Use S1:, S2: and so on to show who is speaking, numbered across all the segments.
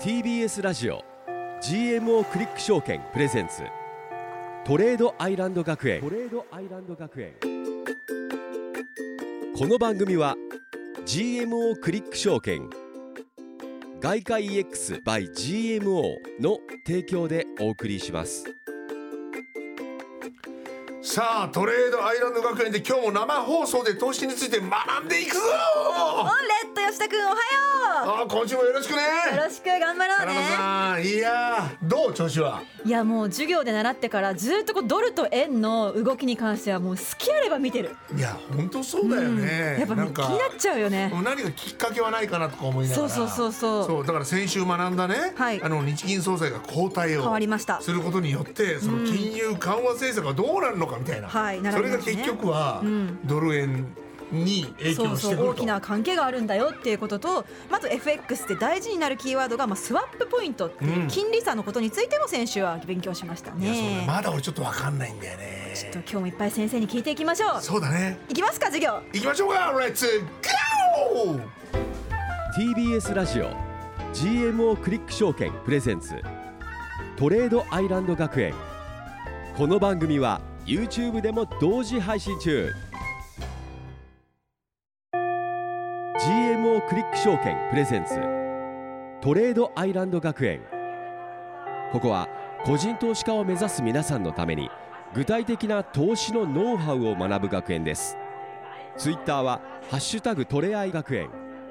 S1: TBS ラジオ GMO クリック証券プレゼンツトレードアイランド学園トレードアイランド学園この番組は GMO クリック証券外貨 EX by GMO の提供でお送りします
S2: さあトレードアイランド学園で今日も生放送で投資について学んでいくぞ
S3: オンレット吉田くんおはよ
S2: あ今週もよろしくね
S3: うよろしく頑張ろう
S2: 花田
S3: ね
S2: さんいやーどう調子はい
S3: やもう授業で習ってからずっとこうドルと円の動きに関してはもう好きあれば見てる、
S2: いや本当そうだよね、
S3: やっぱもう気になっちゃうよね
S2: もう何かきっかけはないかなとか思いながら
S3: そうそうそうそう
S2: だから先週学んだね、
S3: はい
S2: あの日銀総裁が交代を
S3: 変わりました
S2: することによってその金融緩和政策がどうなるのかみたいな、
S3: はいなる
S2: そ
S3: ほど
S2: れ
S3: ね
S2: が結局は
S3: ん
S2: ドル円に影
S3: そ
S2: 響
S3: う
S2: し
S3: そ
S2: てくると
S3: う大きな関係があるんだよっていうこととまず FX で大事になるキーワードが、まあ、スワップポイントっていう金利差のことについても先週は勉強しました
S2: いやそうね
S3: ね。
S2: まだ俺ちょっとわかんないんだよね
S3: ちょっと今日もいっぱい先生に聞いていきましょう。
S2: そうだね
S3: いきますか授業
S2: 行きましょうかレッツゴー
S1: TBS ラジオ GMO クリック証券プレゼンツトレードアイランド学園この番組は YouTube でも同時配信中 GMO クリック証券プレゼンツトレードアイランド学園ここは個人投資家を目指す皆さんのために具体的な投資のノウハウを学ぶ学園ですツイッターは「ハッシュタグトレアイ学園」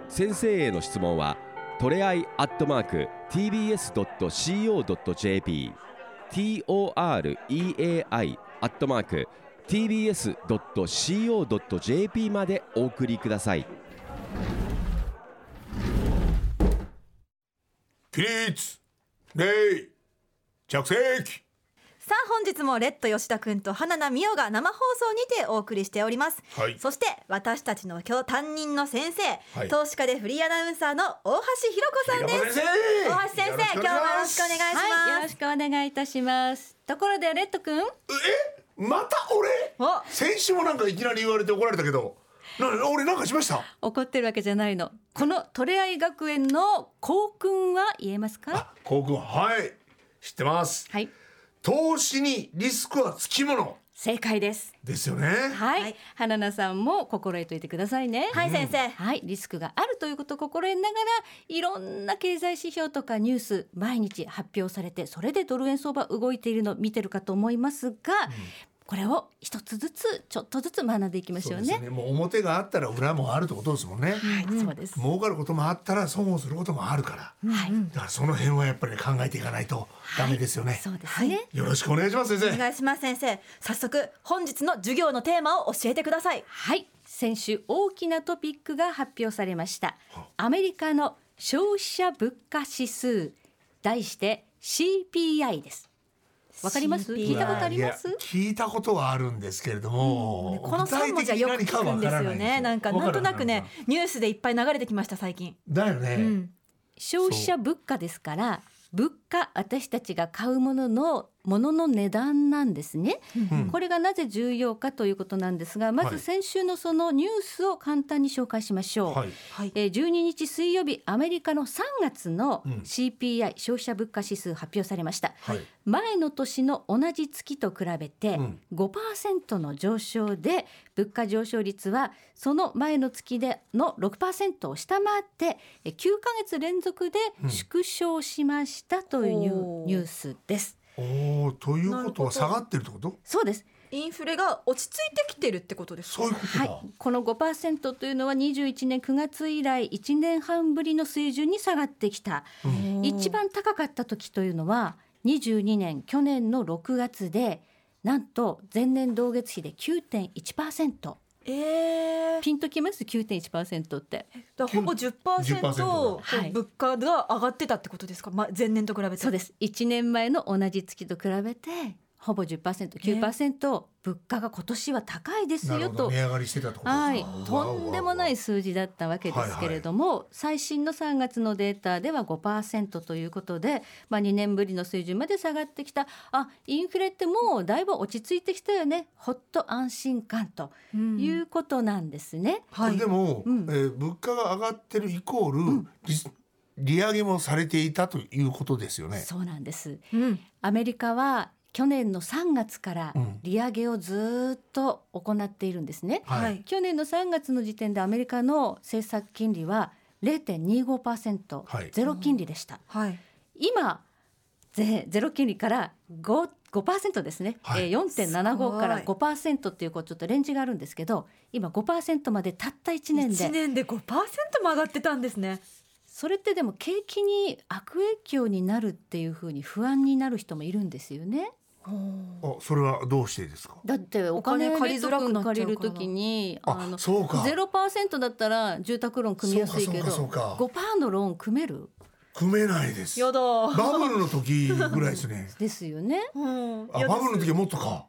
S1: 先生への質問はトレアイアットマーク TBS.CO.JP TOREAI アットマーク TBS.CO.JP までお送りください
S2: 起立礼着席
S3: さあ本日もレッド吉田くんと花名美桜が生放送にてお送りしております、
S2: はい
S3: そして私たちの今日担任の先生、
S2: はい
S3: 投資家でフリーアナウンサーの大橋ひろ子さんです大
S2: 大
S3: 橋先生今日もよろしくお願いします、
S4: はい、よろしくお願いいたします。ところでレッド君、
S2: えまた俺
S3: お
S2: 先週もなんかいきなり言われて怒られたけどな俺なんかしました
S4: 怒ってるわけじゃないの。このトレアイ学園の校訓は言えますか？
S2: あコウ君はい知ってます
S4: はい、
S2: 投資にリスクはつきもの
S4: 正解です。
S2: ですよね
S4: はい、
S3: はい
S4: 花菜さんも心得といてくださいね。
S3: はい先生、
S4: はい、リスクがあるということを心得ながらいろんな経済指標とかニュース毎日発表されてそれでドル円相場動いているのを見てるかと思いますが、これを一つずつちょっとずつ学んでいきまし
S2: そ
S4: ょ
S2: う
S4: う
S2: ですよ
S4: ね。
S2: ねもう表があったら裏もあるってことですもんね
S4: はい、そうです。
S2: 儲かることもあったら損をすることもあるから
S4: はい、
S2: だからその辺はやっぱり考えていかないとダメですよね
S4: そうですね。
S2: よろしくお願いします
S3: お
S2: 先生
S3: 願いします先生早速本日の授業のテーマを教えてください
S4: はい先週大きなトピックが発表されましたアメリカの消費者物価指数題して CPI ですわかります
S3: CPI
S4: 聞いたことあります
S2: いや聞いたことはあるんですけれども、
S3: この三文字はよく聞くんですよねなんかなんとなくねニュースでいっぱい流れてきました最近
S2: だよね、
S4: 消費者物価ですから物価私たちが買うもののものの値段なんですね、
S2: うん
S4: これがなぜ重要かということなんですがま
S2: は
S4: ず
S2: い
S4: 先週のそのニュースを簡単に紹介しましょう、
S2: はい
S3: はい
S4: えー12日水曜日アメリカの3月の
S2: うん
S4: CPI、消費者物価指数発表されました、
S2: はい
S4: 前の年の同じ月と比べて
S2: うん
S4: 5%の上昇で物価上昇率はその前の月での6%を下回ってえー9ヶ月連続で縮小しましたというニュー
S3: おー
S4: ニュースです。
S2: おおという
S3: な
S2: こ
S3: る
S2: と
S3: ほ
S2: は
S3: ど
S2: 下がってるってこと
S4: そうです
S3: インフレが落ち着いてきてるってことですか
S2: そういうこと
S4: は
S2: だ、
S4: い、この5%というのは21年9月以来1年半ぶりの水準に下がってきた
S2: うん
S4: 一番高かった時というのは22年去年の6月でなんと前年同月比で9.1%
S3: えー、
S4: ピンときます9.1%って
S3: だからほぼ10%
S2: 10%
S3: こう
S4: はい
S3: 物価が上がってたってことですか、まあ、前年と比べて
S4: そうですす1年前の同じ月と比べてほぼ 10%9% 物価が今年は高いです
S2: なる
S4: よ
S2: ほど
S4: と
S2: 値上がりしてたってこと
S4: はい、とんでもない数字だったわけですけれども、最新の3月のデータでは5%ということで、まあ、2年ぶりの水準まで下がってきたあインフレってもうだいぶ落ち着いてきたよねほっと安心感ということなんですね。
S2: はい、これでも、
S4: うん
S2: えー物価が上がってるイコール、リス利上げもされていたということですよね。
S4: そうなんです
S3: うん、
S4: アメリカは去年の3月から
S2: うん
S4: 利上げをずっと行っているんですね、
S3: は
S2: はいい、
S4: 去年の3月の時点でアメリカの政策金利は0.25%、
S2: はい
S4: ゼロ金利でした
S3: はい、
S4: 今ゼゼロ金利から5 5%ですね、
S2: はい
S4: えー4.75から
S3: すご
S4: 5%っていうこうちょっとレンジがあるんですけど今5%までたった1年
S3: 一
S4: で
S3: 年で5%も上がってたんですね。
S4: それってでも景気に悪影響になるっていうふうに不安になる人もいるんですよね。
S2: あそれはどうしてですか。
S4: だってお
S3: 金
S4: 金
S3: 借
S4: 借
S3: り
S4: り
S3: づ
S4: づ
S3: ら
S4: ら
S3: くなっちゃうから
S4: 借りるときにあ
S2: あ
S4: の
S2: そうか
S4: ゼロパーセントだったら住宅ローン組みやすいけど
S2: そうかそうかそ
S4: 5パーのローン組める。
S2: 組めないです。
S3: やだ。
S2: バブルの時ぐらいですね
S4: ですよね。
S3: うん
S2: あバブルの時はもっとか。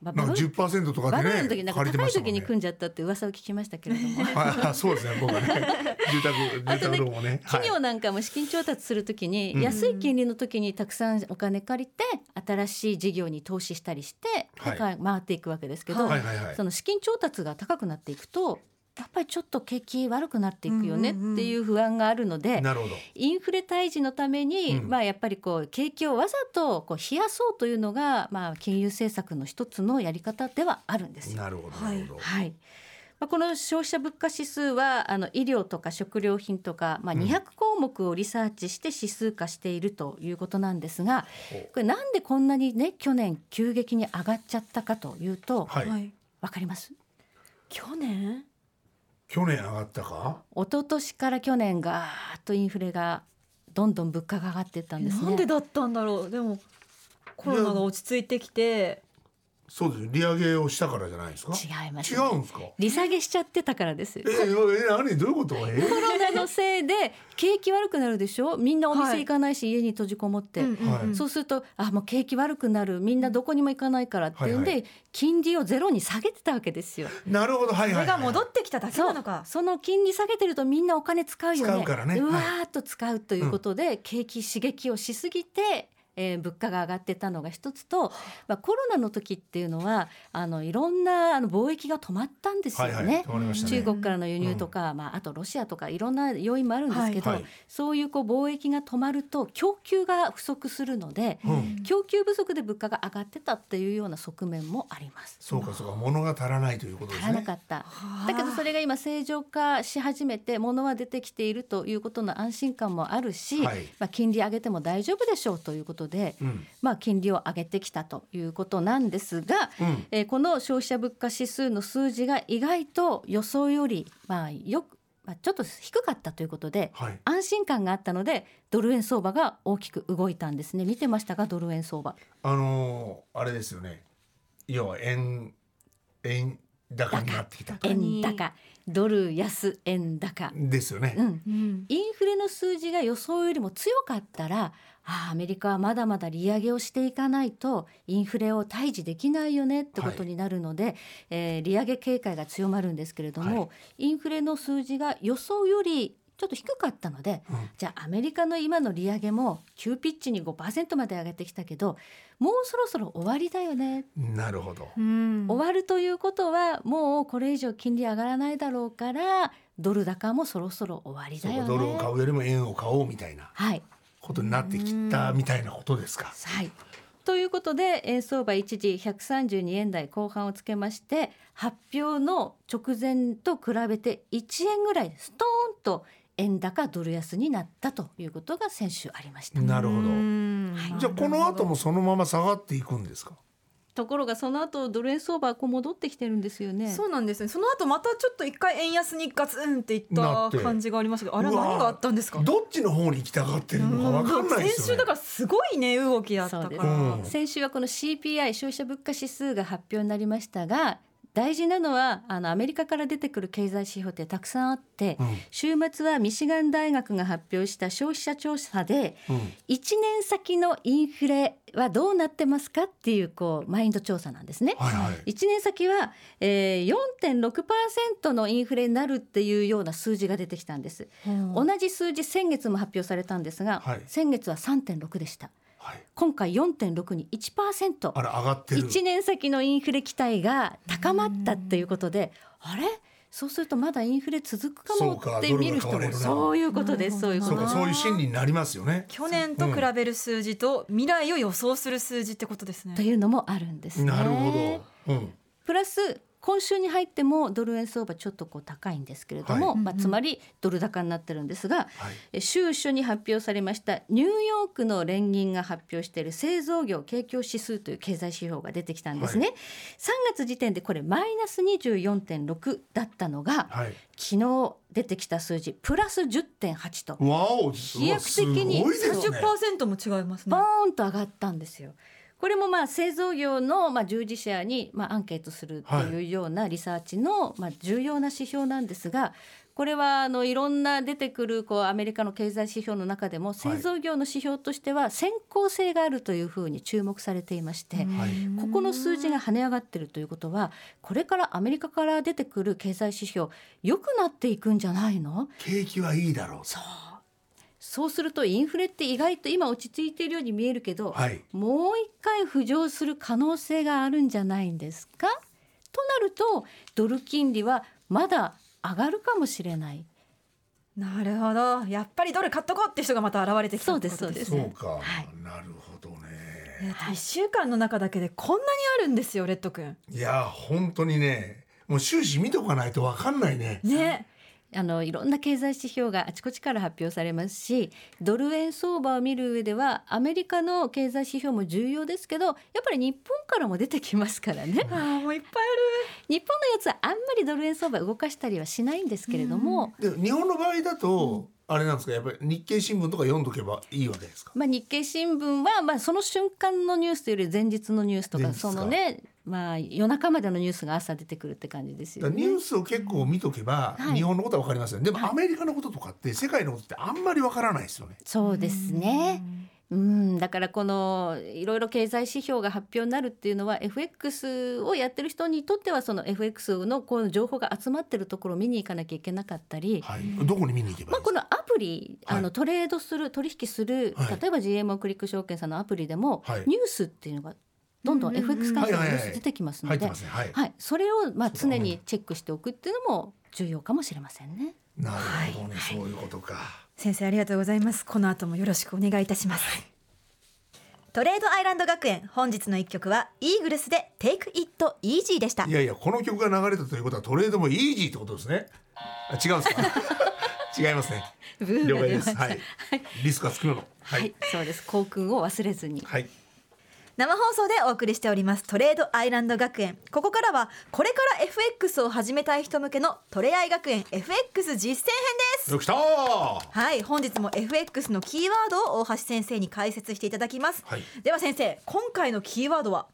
S4: まあ
S2: なんか十パーセントとか
S4: バブ
S2: で
S4: ルの
S2: ね
S4: 時なん
S2: 借
S4: か
S2: りて
S4: 高
S2: ま
S4: い
S2: したも
S4: 時
S2: ん
S4: に
S2: ね。
S4: 組んじゃったって噂を聞きましたけれど も
S2: はいあそうですね僕 はね住宅住宅ローンをね。
S4: 企業
S2: はい
S4: なんかも資金調達するときに
S2: うん
S4: 安い金利の時にたくさんお金借りて新しい事業に投資したりして
S2: はい
S4: で回っていくわけですけど
S2: はいはいはい
S4: その資金調達が高くなっていくとやっぱりちょっと景気悪くなっていくよね
S3: うんうんうん
S4: っていう不安があるので
S2: なるほど。
S4: インフレ退治のために、
S2: うん
S4: まあやっぱりこう景気をわざとこう冷やそうというのがまあ金融政策の一つのやり方ではあるんですよ。
S2: なるほど
S3: は
S2: ないるほど。
S4: はい。まあこの消費者物価指数はあの医療とか食料品とかまあ
S2: うん
S4: 200項目をリサーチして指数化しているということなんですが、
S2: ほう
S4: これなんでこんなにね去年急激に上がっちゃったかというと
S2: はい、
S3: はい。
S4: わかります。
S3: 去年？
S2: 去年上がったか。
S4: 一昨年から去年ガーッとインフレがどんどん物価が上がっていったんですね。
S3: なんでだったんだろう。でもコロナが落ち着いてきて、
S2: そうです利上げをしたからじゃないですか。
S4: 違います
S2: 違
S4: ね
S2: うんですか。
S4: 利下げしちゃってたからです。
S2: え
S4: コ
S2: ええ何どういうこと。え
S4: ロナのせいで景気悪くなるでしょ。みんなお店行かないし、家に閉じこもって。
S2: はい
S4: そうするとあもう景気悪くなるみんなどこにも行かないからっていうんで、
S2: はい
S4: 金利をゼロに下げてたわけですよ。
S2: なるほどはい
S3: そ
S2: はい、
S3: れが
S2: はい。
S3: 戻ってきただけなのか。
S4: その金利下げてるとみんなお金使うよね。
S2: 使うからね
S4: で
S2: は
S4: う
S2: い
S4: わーっと使うということで、景気刺激をしすぎて。えー物価が上がってたのが一つと、まあ、コロナの時っていうのはあのいろんなあの貿易が止まったんですよ
S2: は
S4: ね。
S2: いはい。止まりましたね。
S4: 中国からの輸入とか、まあ、あとロシアとかいろんな要因もあるんですけど、
S2: はいはい
S4: そういうこう貿易が止まると供給が不足するので、
S2: うん。
S4: 供給不足で物価が上がってたっていうような側面もあります。
S2: そうかそうか物が足らないということで
S4: 足
S2: す
S4: らな
S2: ね
S4: か。った
S3: はあ
S4: だけどそれが今正常化し始めて物は出てきているということの安心感もあるし、
S2: はい
S4: まあ、金利上げても大丈夫でしょうということで、
S2: うん
S4: まあ、金利を上げてきたということなんですが、
S2: うん
S4: えーこの消費者物価指数の数字が意外と予想より、まあ、よく、まあ、ちょっと低かったということで、
S2: はい。
S4: 安心感があったのでドル円相場が大きく動いたんですね見てましたかドル円相場
S2: あのー、あれですよね。要は円円高になってきたと
S3: 高
S4: 円高ドル安円高、
S2: ですよね
S4: う。
S3: う
S4: ん、
S3: ん。
S4: インフレの数字が予想よりも強かったらああアメリカはまだまだ利上げをしていかないとインフレを退治できないよねってことになるので、えー利上げ警戒が強まるんですけれども、
S2: は
S4: インフレの数字が予想よりちょっと低かったので、
S2: うん
S4: じゃあアメリカの今の利上げも急ピッチに5%まで上げてきたけどもうそろそろ終わりだよね
S2: なるほど。
S3: うん。
S4: 終わるということはもうこれ以上金利上がらないだろうからドル高もそろそろ終わり
S2: そ
S4: だ
S2: うか
S4: よ
S2: ドルを買
S4: ね。
S2: うよりも円を買おうみたいな
S4: はい、
S2: ことになってきたみたいなことですか。
S4: はいということで円相場一時132円台後半をつけまして発表の直前と比べて1円ぐらいストーンと円高ドル安になったということが先週ありました。
S2: なるほど。
S3: ど
S2: じゃあこの後もそのまま下がっていくんですか。
S4: ところがその後ドル円相場はこう戻ってきてるんですよね。
S3: そうなんですね。その後またちょっと一回円安にガツンっていっ
S2: な
S3: た
S2: って
S3: 感じがありましたけど、あれは
S2: うわー
S3: 何があったんですか。
S2: どっちの方に行きたがってるのかわかんないですよね。
S3: 先週だからすごいね動きだった
S4: そう
S3: か
S4: です
S3: ら。
S2: うん
S4: 先週はこの CPI 消費者物価指数が発表になりましたが大事なのはあのアメリカから出てくる経済指標ってたくさんあって、
S2: うん
S4: 週末はミシガン大学が発表した消費者調査で
S2: うん
S4: 1年先のインフレはどうなってますかっていうこうマインド調査なんですね。
S2: はいはい。
S4: 1年先は、えー、4.6%のインフレになるっていうような数字が出てきたんです。
S3: うん
S4: 同じ数字先月も発表されたんですが、
S2: はい
S4: 先月は3.6でした。
S2: はい。
S4: 今回4.6に1%
S2: あら上がってる。
S4: 1年先のインフレ期待が高まったっていうことであれそうするとまだインフレ続くか
S2: そう
S4: も
S2: か
S4: って見る人
S2: ドルが買われる
S4: も
S2: な
S4: そういうことですそういうこ
S2: そうか
S4: とです
S2: そういう心理になりますよね
S3: 去年と比べる数字と未来を予想する数字ってことですね
S4: と。いうのもあるんですね。
S2: なるほど、うん、
S4: プラス今週に入ってもドル円相場ちょっとこう高いんですけれども、
S2: はい
S4: まあ、つまりドル高になってるんですが、
S2: はい
S4: え週初に発表されましたニューヨークの連銀が発表している製造業景況指数という経済指標が出てきたんですね、3月時点でこれマイナス24.6だったのが、
S2: はい
S4: 昨日出てきた数字プラス10.8と
S2: わお
S4: 飛躍的に
S2: うわすごいですね
S3: 30%も違いますね
S4: ボ。ーンと上がったんですよ。これもまあ製造業のまあ従事者にまあアンケートするっていうようなリサーチのまあ重要な指標なんですがこれはあのいろんな出てくるこうアメリカの経済指標の中でも製造業の指標としては先行性があるというふうに注目されていまして
S2: はい
S4: ここの数字が跳ね上がってるということはこれからアメリカから出てくる経済指標良くなっていくんじゃないの
S2: 景気はいいだろう
S4: そうするとインフレって意外と今落ち着いているように見えるけど、
S2: はい
S4: もう一回浮上する可能性があるんじゃないんですかとなるとドル金利はまだ上がるかもしれない
S3: なるほど。やっぱりドル買っとこうって人がまた現れてきたってこと
S4: そうです
S2: そうか、
S4: はい
S2: なるほどね
S3: えーと一週間の中だけでこんなにあるんですよレッド君。
S2: いや本当にねもう終始見とかないとわかんないね
S3: ね。
S4: あのいろんな経済指標があちこちから発表されますしドル円相場を見る上ではアメリカの経済指標も重要ですけどやっぱり日本からも出てきますからね。
S3: ああもういっぱい
S4: 日本のやつはあんまりドル円相場動かしたりはしないんですけれども、
S2: で日本の場合だと、あれなんですかやっぱり日経新聞とか読んどけばいいわけですか
S4: まあ、日経新聞は、まあ、その瞬間のニュースというより前日のニュースと
S2: 前
S4: か
S2: 日か
S4: そのね、まあ、夜中までのニュースが朝出てくるって感じです
S2: だ
S4: よ
S2: からニ
S4: ね。
S2: ュースを結構見とけば、
S4: はい
S2: 日本のことはわかりますよねでも、
S4: はい
S2: アメリカのこととかって世界のことってあんまりわからないですよね
S4: そうですねうんだからこのいろいろ経済指標が発表になるっていうのは FX をやってる人にとってはその FX のこう情報が集まってるところを見に行かなきゃいけなかったり、
S2: はいどこに見に行けば
S4: ま
S2: い
S4: あ、
S2: いです
S4: こ
S2: か、
S4: のアプリ、
S2: はい
S4: あのトレードする取引する、
S2: はい
S4: 例えば GMO クリック証券さんのアプリでも、
S2: はい
S4: ニュースっていうのがどんどん FX 関係のニュース出てきます
S2: 入
S4: の
S2: って
S4: で
S2: ますねはい、
S4: はい、それをまあ
S2: そうだ
S4: 常にチェックしておくっていうのも重要かもしれませんね。
S2: なるほどね、そういうことか
S3: 先生ありがとうございますこの後もよろしくお願いいたします、トレードアイランド学園本日の一曲はイーグルスで Take It Easy でした
S2: いやいやこの曲が流れたということはトレードもイージーってことですねあ違うん ですか違いますね
S4: ブー
S2: 了
S4: が
S2: 解
S4: 出
S2: で
S4: まし
S2: す
S4: た。は
S2: はいい、リスクが少ないのはい、はい
S4: そうです。校訓を忘れずに。
S3: 生放送でお送りしておりますトレードアイランド学園ここからはこれから FX を始めたい人向けのトレアイ学園 FX 実践編です
S2: よく来たーは
S3: はい本日も FX のキーワードを大橋先生に解説していただきます、
S2: はい
S3: では先生今回のキーワードは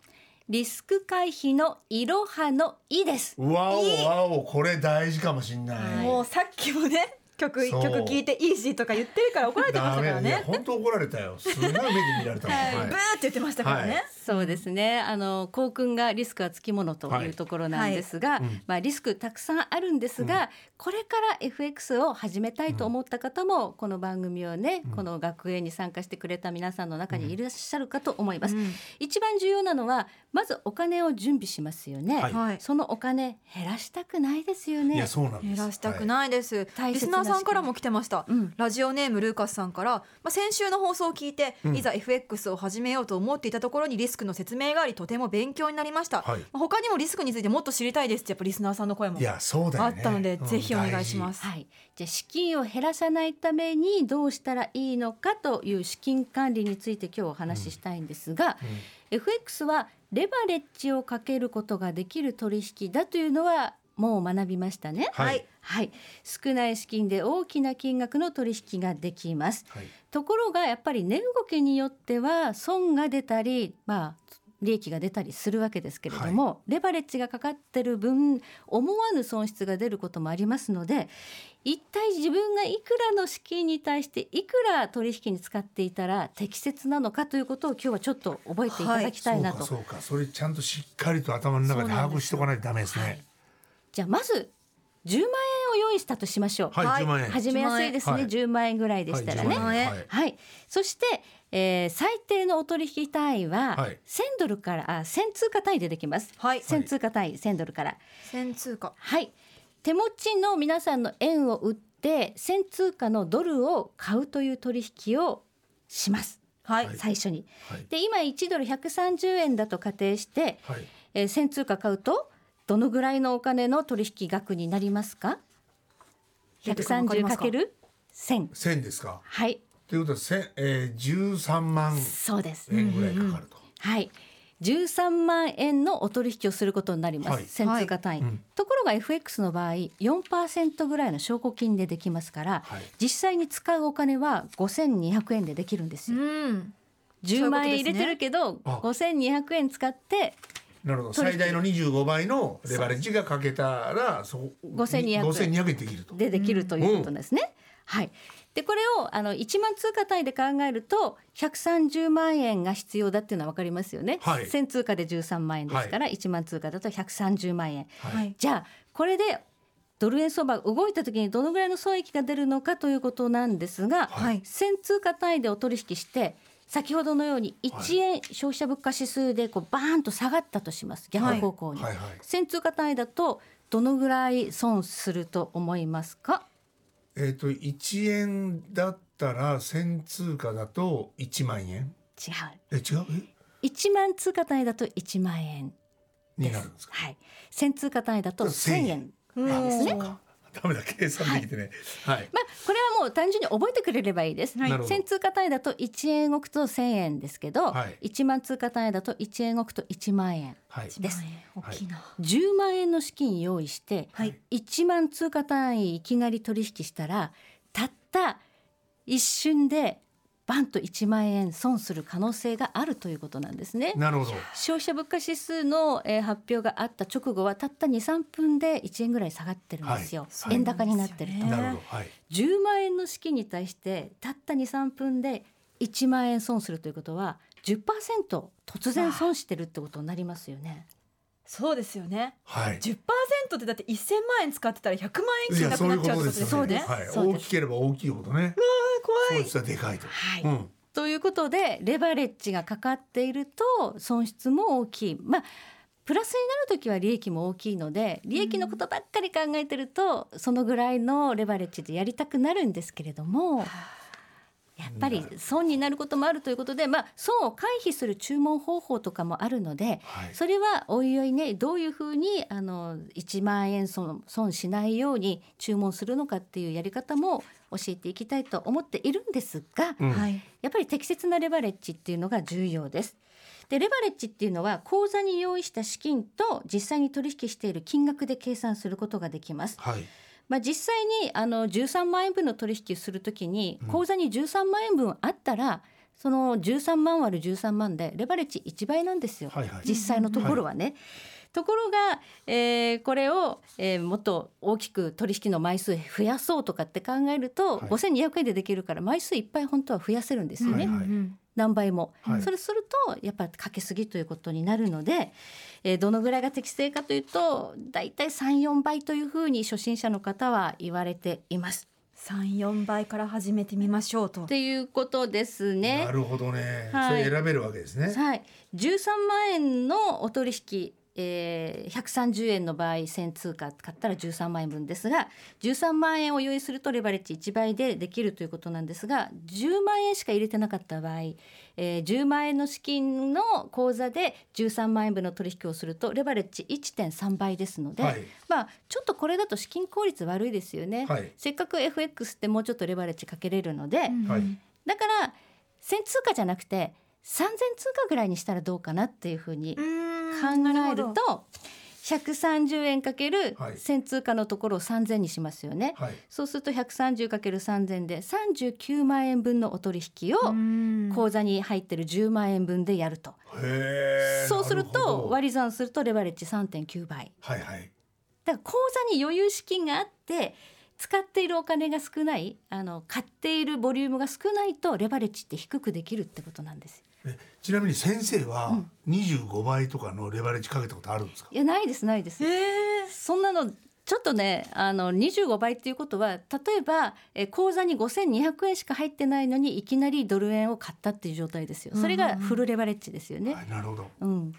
S4: リスク回避のいろはのいです。
S2: わおわおこれ大事かもしんない、
S3: もうさっきもね曲一
S2: そう
S3: 曲聴いて「イージー」とか言ってるから怒られてまし
S2: ダ
S3: たから
S2: メね
S3: ね。
S2: 本当怒られたよすごい目で見られたもん、
S3: ブーって言ってましたからね。
S2: はい
S4: そうですね。あの校訓がリスクはつきものと
S2: はい
S4: いうところなんですが、まあリスクたくさんあるんですが、これから FX を始めたいと思った方も、この番組をね、この学園に参加してくれた皆さんの中にいらっしゃるかと思います。
S3: うん
S4: 一番重要なのはまずお金を準備しますよね。
S2: はい
S3: はい
S4: そのお金減らしたくないですよ
S2: い
S4: ね
S2: や。そうなんです
S3: 減らしたく
S2: は
S3: ないです、
S4: 大
S3: リ
S4: 切
S3: ス
S4: な
S3: ナーさんからも来てました、
S4: うん
S3: ラジオネームルーカスさんから、まあ、先週の放送を聞いて、いざ FX を始めようと思っていたところにリスクの説明がありとても勉強になりました、
S2: はい
S3: まあ他にもリスクについてもっと知りたいですってやっぱリスナーさんの声も
S2: い、いやそうだよね
S3: あったので
S2: うん
S3: ぜひお願いします
S4: はい、じゃあ資金を減らさないためにどうしたらいいのかという資金管理について今日お話ししたいんですが、FX はレバレッジをかけることができる取引だというのはもう学びましたね。
S2: 大事はい、
S4: はい、少ない資金で大きな金額の取引ができます。
S2: はい
S4: ところがやっぱり値動きによっては損が出たり、まあ、利益が出たりするわけですけれども、レバレッジがかかってる分思わぬ損失が出ることもありますので一体自分がいくらの資金に対していくら取引に使っていたら適切なのかということを今日はちょっと覚えていただきたいなと。
S2: そうかそうかそれちゃんとしっかりと頭の中で把握しておかないとダメですね
S4: じゃあまず10万円を用意したとしましょう。
S2: はい、
S3: はい
S2: 10万円
S4: 始めやすいですね、
S2: はい
S4: 10万円ぐらいでしたらね。
S2: はい10万円はい
S4: はい、そして、えー最低のお取引単位は
S2: はい
S4: 1000ドルから、あ1000通貨単位でできます。
S3: はい
S4: 1000通貨単位1000ドルから。
S3: 先通貨
S4: はい。手持ちの皆さんの円を売って先通貨のドルを買うという取引をします、
S3: はい
S2: はい
S4: 最初に。
S2: はい
S4: で今1ドル130円だと仮定して、
S2: はい
S4: えー、1000通貨買うとどのぐらいのお金の取引額になりますか
S3: 出てくるの分かりますか
S4: 130×1000
S2: 千ですか。
S4: はい
S2: ということは千え十、三万
S4: そうです、
S2: 円ぐらいかかると。
S4: はい13万円のお取引をすることになります、
S2: はい
S4: 1000通貨単位、
S2: はいうん
S4: ところが FX の場合4%ぐらいの証拠金でできますから、
S2: はい
S4: 実際に使うお金は5200円でできるんですよ、
S3: うん
S4: 10万円入れてるけど、
S2: あ
S4: 5200円使って
S2: なるほど。
S4: 取引
S2: 最大の二十五倍のレバレッジがかけたら、そう
S4: 5200
S2: 五千二百円できると。
S4: でできるということなんですね。はい、でこれをあの1万通貨単位で考えると130万円が必要だっていうのは分かりますよね。
S2: はい
S4: 1000通貨で13万円ですから、1万通貨だと130万円。
S2: は。
S3: はいい
S4: じゃあこれでドル円相場が動いた時にどのぐらいの損益が出るのかということなんですが、
S3: はい
S4: 1000通貨単位でお取引して先ほどのように1円消費者物価指数でこうバーンと下がったとします逆方向に。
S2: はいはい。
S4: 1000通貨単位だとどのぐらい損すると思いますか
S2: えっ、と一円だったら千通貨だと一万円。
S4: 違
S2: え違う？え
S4: う1万通貨単位だと1万円
S2: になるんですか。
S4: はい1000通貨単位だと
S2: 1000
S4: 1000円
S3: うん
S2: あそうか。ダメだ計算できてね。はい。
S4: まあこれはもう単純に覚えてくれればいいです、
S2: はいなるほど
S4: 1000通貨単位だと1円置くと1000円ですけど、
S2: はい
S4: 1万通貨単位だと1円置くと1万円
S2: はい。
S4: です
S3: 大きいな、
S4: 10万円の資金用意して、
S3: はい
S4: 1万通貨単位いきなり取引したらたった一瞬でバンと1万円損する可能性があるということなんですね。
S2: なるほど。
S4: 消費者物価指数の、えー発表があった直後はたった23分で1円ぐらい下がってるんですよ、
S2: はい
S4: 円高になってると、
S3: そう
S2: な
S3: なんですよ
S2: るほど。は
S3: ね
S2: い。
S4: 10万円の資金に対してたった23分で1万円損するということは10%突然損してるってことになりますよね。
S3: そうですよね
S2: はい。
S3: 10%ってだって1000万円使ってたら100万円
S2: い
S3: 金
S2: や
S3: な
S2: そ
S3: く
S2: うい
S3: な
S2: う
S3: っ
S2: こ
S3: ちゃう
S2: とで
S3: ってことですす
S2: よ
S3: よ
S2: ね。
S3: ね
S2: はい。
S4: そう
S2: 大
S4: です
S2: きければ大きいほどね。
S3: 怖
S2: 損
S3: い
S2: 失はでかいと。
S4: はい
S2: うん。
S4: ということでレバレッジがかかっていると損失も大きい。まあプラスになる時は利益も大きいので利益のことばっかり考えてると、そのぐらいのレバレッジでやりたくなるんですけれどもやっぱり損になることもあるということで、まあ、損を回避する注文方法とかもあるので、
S2: はい。
S4: それはおいおいねどういうふうにあの1万円損損しないように注文するのかっていうやり方も教えていきたいと思っているんですが、
S2: うん
S3: はい
S4: やっぱり適切なレバレッジっていうのが重要です。でレバレッジっていうのは口座に用意した資金と実際に取引している金額で計算することができます。
S2: はい。
S4: まあ、実際にあの13万円分の取引をするときに口座に13万円分あったら、その13万割る13万でレバレッジ1倍なんですよ、
S2: はいはい
S4: 実際のところはね。ところが、えーこれを、えーもっと大きく取引の枚数増やそうとかって考えると、
S2: はい
S4: 5,200円でできるから枚数いっぱい本当は増やせるんですよね。
S2: はいはい
S3: うん
S4: 何倍も、
S2: はい
S4: それするとやっぱかけすぎということになるので、えーどのぐらいが適正かというとだいたい34倍というふうに初心者の方は言われています。
S3: 34倍から始めてみましょうと
S4: ということですね
S2: な。るほどね。そ
S4: はい
S2: れ選べるわけですね。
S4: はい、13万円のお取引えー、130円の場合1000通貨買ったら13万円分ですが13万円を用意するとレバレッジ1倍でできるということなんですが10万円しか入れてなかった場合、えー10万円の資金の口座で13万円分の取引をするとレバレッジ1.3倍ですので、
S2: はい
S4: まあちょっとこれだと資金効率悪いですよね、
S2: はい
S4: せっかく FX ってもうちょっとレバレッジかけれるので、
S2: はい。
S4: だから1000通貨じゃなくて3000通貨ぐらいにしたらどうかなっていうふうに考えると130円かける
S2: はい
S4: 1000通貨のところを3000にしますよね。
S2: はい。
S4: そうすると 130×3000 で39万円分のお取引を
S3: こ
S4: 口座に入ってる10万円分でやると、
S2: へえ。
S4: そうする
S2: なほ
S4: と
S2: ど
S4: 割り算するとレバレッジ3.9倍
S2: はいはい。
S4: だから口座に余裕資金があって使っているお金が少ないあの買っているボリュームが少ないとレバレッジって低くできるってことなんです
S2: えちなみに先生は25倍とかのレバレッジかけたことあるんですか
S4: い。やないですないです、そんなのちょっとねあの25倍っていうことは例えばえ口座に5200円しか入ってないのにいきなりドル円を買ったっていう状態ですよそれがフルレバレッジですよね、
S2: はい。なるほど。
S4: うん、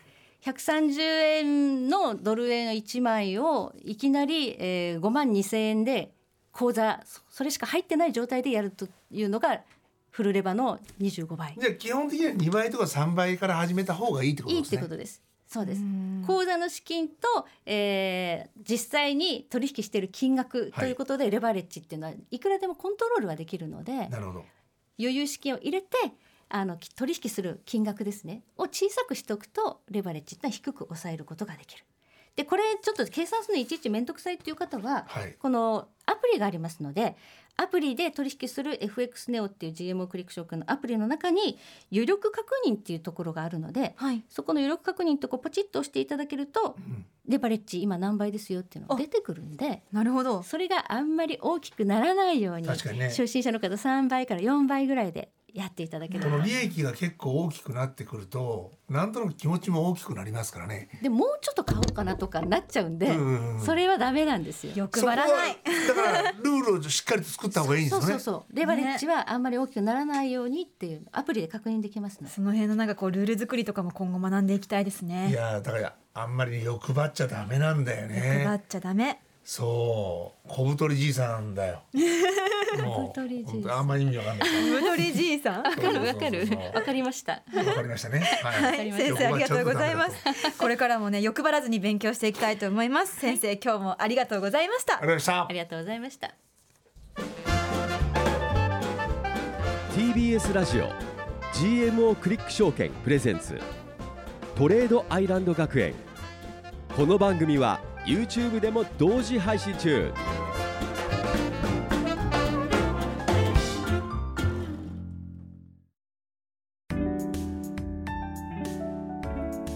S4: 130円のドル円の1枚をいきなり、えー、5万2千円で口座そそれしか入ってない状態でやるというのがフルレバの25倍
S2: じゃあ基本的には2倍とか3倍から始めた方がいいってこと
S4: いい
S2: で
S4: っ
S2: すね
S4: てことです。そうです口座の資金と、えー実際に取引している金額ということで、レバレッジっていうのはいくらでもコントロールはできるので
S2: なるほど
S4: 余裕資金を入れてあのき取引する金額ですねを小さくしておくとレバレッジってのは低く抑えることができる。でこれちょっと計算するのいちいち面倒くさいっていう方は、
S2: はい
S4: このアプリがありますのでアプリで取引する FX ネオっていう GMO クリック証券のアプリの中に余力確認っていうところがあるので
S3: はい。
S4: そこの余力確認とこうポチッと押していただけると
S2: ん
S4: レバレッジ今何倍ですよっていうのが
S3: あ
S4: 出てくるんで
S3: なるほど。
S4: それがあんまり大きくならないように
S2: 確かにね
S4: 初心者の方3倍から4倍ぐらいでやっていただける
S2: この利益が結構大きくなってくるとなんとなく気持ちも大きくなりますからね
S4: でもうちょっと買おうかなとかなっちゃうんで
S2: うんうんうん
S4: それはダメなんですよ。
S3: 欲張らない。
S2: そこはだからルールをしっかりと作った方がいいんです
S4: そ
S2: よ
S4: うそ
S2: ね
S4: うそうレバレッジはあんまり大きくならないようにっていうアプリで確認できますので
S3: その辺のなんかこうルール作りとかも今後学んでいきたいです
S2: い
S3: ね。
S2: やーだからあんまり欲張っちゃダメなんだよね
S3: 配っちゃダメ。
S2: そう小太りじいさんだ よもう
S4: 小太りじいさん
S2: 本当あんまり意味わかんないから
S3: ムドリじいさん。
S4: わかるわか
S2: そう
S4: る
S2: そうそう
S4: わかりました。
S2: わかりましたね。
S3: は、
S2: はい
S4: りまし
S3: 先
S4: た
S3: 生ありがとうございます
S2: 欲張っちゃうとダメ。
S3: これからもね欲張らずに勉強していきたいと思います。先生今日もありがとうございました
S2: あり。がとうございました
S4: あ。りがとうございました。
S1: TBS ラジオ GMO クリック証券プレゼンツトレードアイランド学園この番組は YouTube でも同時配信中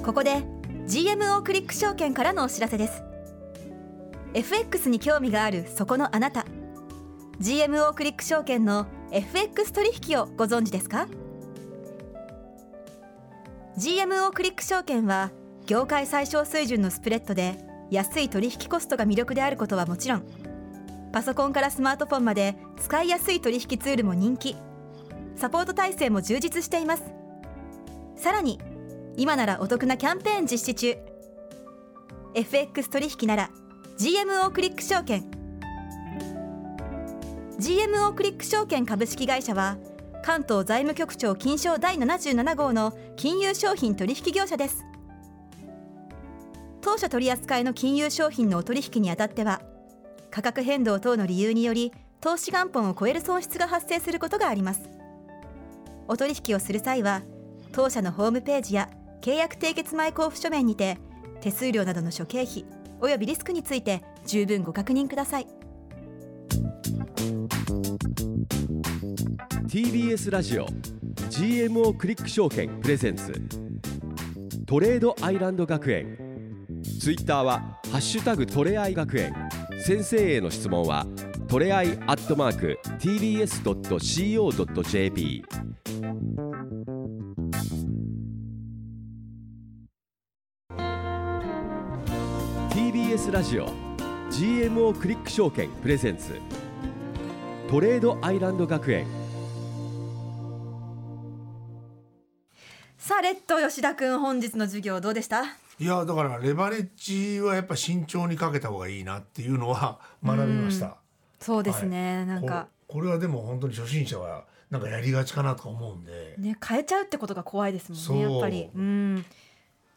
S3: ここで GMO クリック証券からのお知らせです FX に興味があるそこのあなた GMO クリック証券の FX 取引をご存知ですか GMO クリック証券は業界最小水準のスプレッドで安い取引コストが魅力であることはもちろんパソコンからスマートフォンまで使いやすい取引ツールも人気サポート体制も充実していますさらに今ならお得なキャンペーン実施中 FX 取引なら GMO クリック証券 GMO クリック証券株式会社は関東財務局長金賞第77号の金融商品取引業者です当社取扱いの金融商品のお取引にあたっては価格変動等の理由により投資元本を超える損失が発生することがありますお取引をする際は当社のホームページや契約締結前交付書面にて手数料などの諸経費およびリスクについて十分ご確認ください
S1: TBS ラジオ GMO クリック証券プレゼンツトレードアイランド学園ツイッターは「ハッシュタグトレアイ学園」先生への質問はトレアイアットマーク TBS.CO.JP TBS ラジオ GMO クリック証券プレゼンツトレードアイランド学園
S3: さあレッド吉田君本日の授業どうでした
S2: いやだからレバレッジはやっぱ慎重にかけた方がいいなっていうのは学びました。
S3: そう
S2: で
S3: ですす
S2: ね
S3: ね、なんか
S2: これこれはでも本当に初心者はなんかやりがちかなとか思うんで。
S3: ね変えちゃうってことが怖いですもんね
S2: そう
S3: やっぱりうん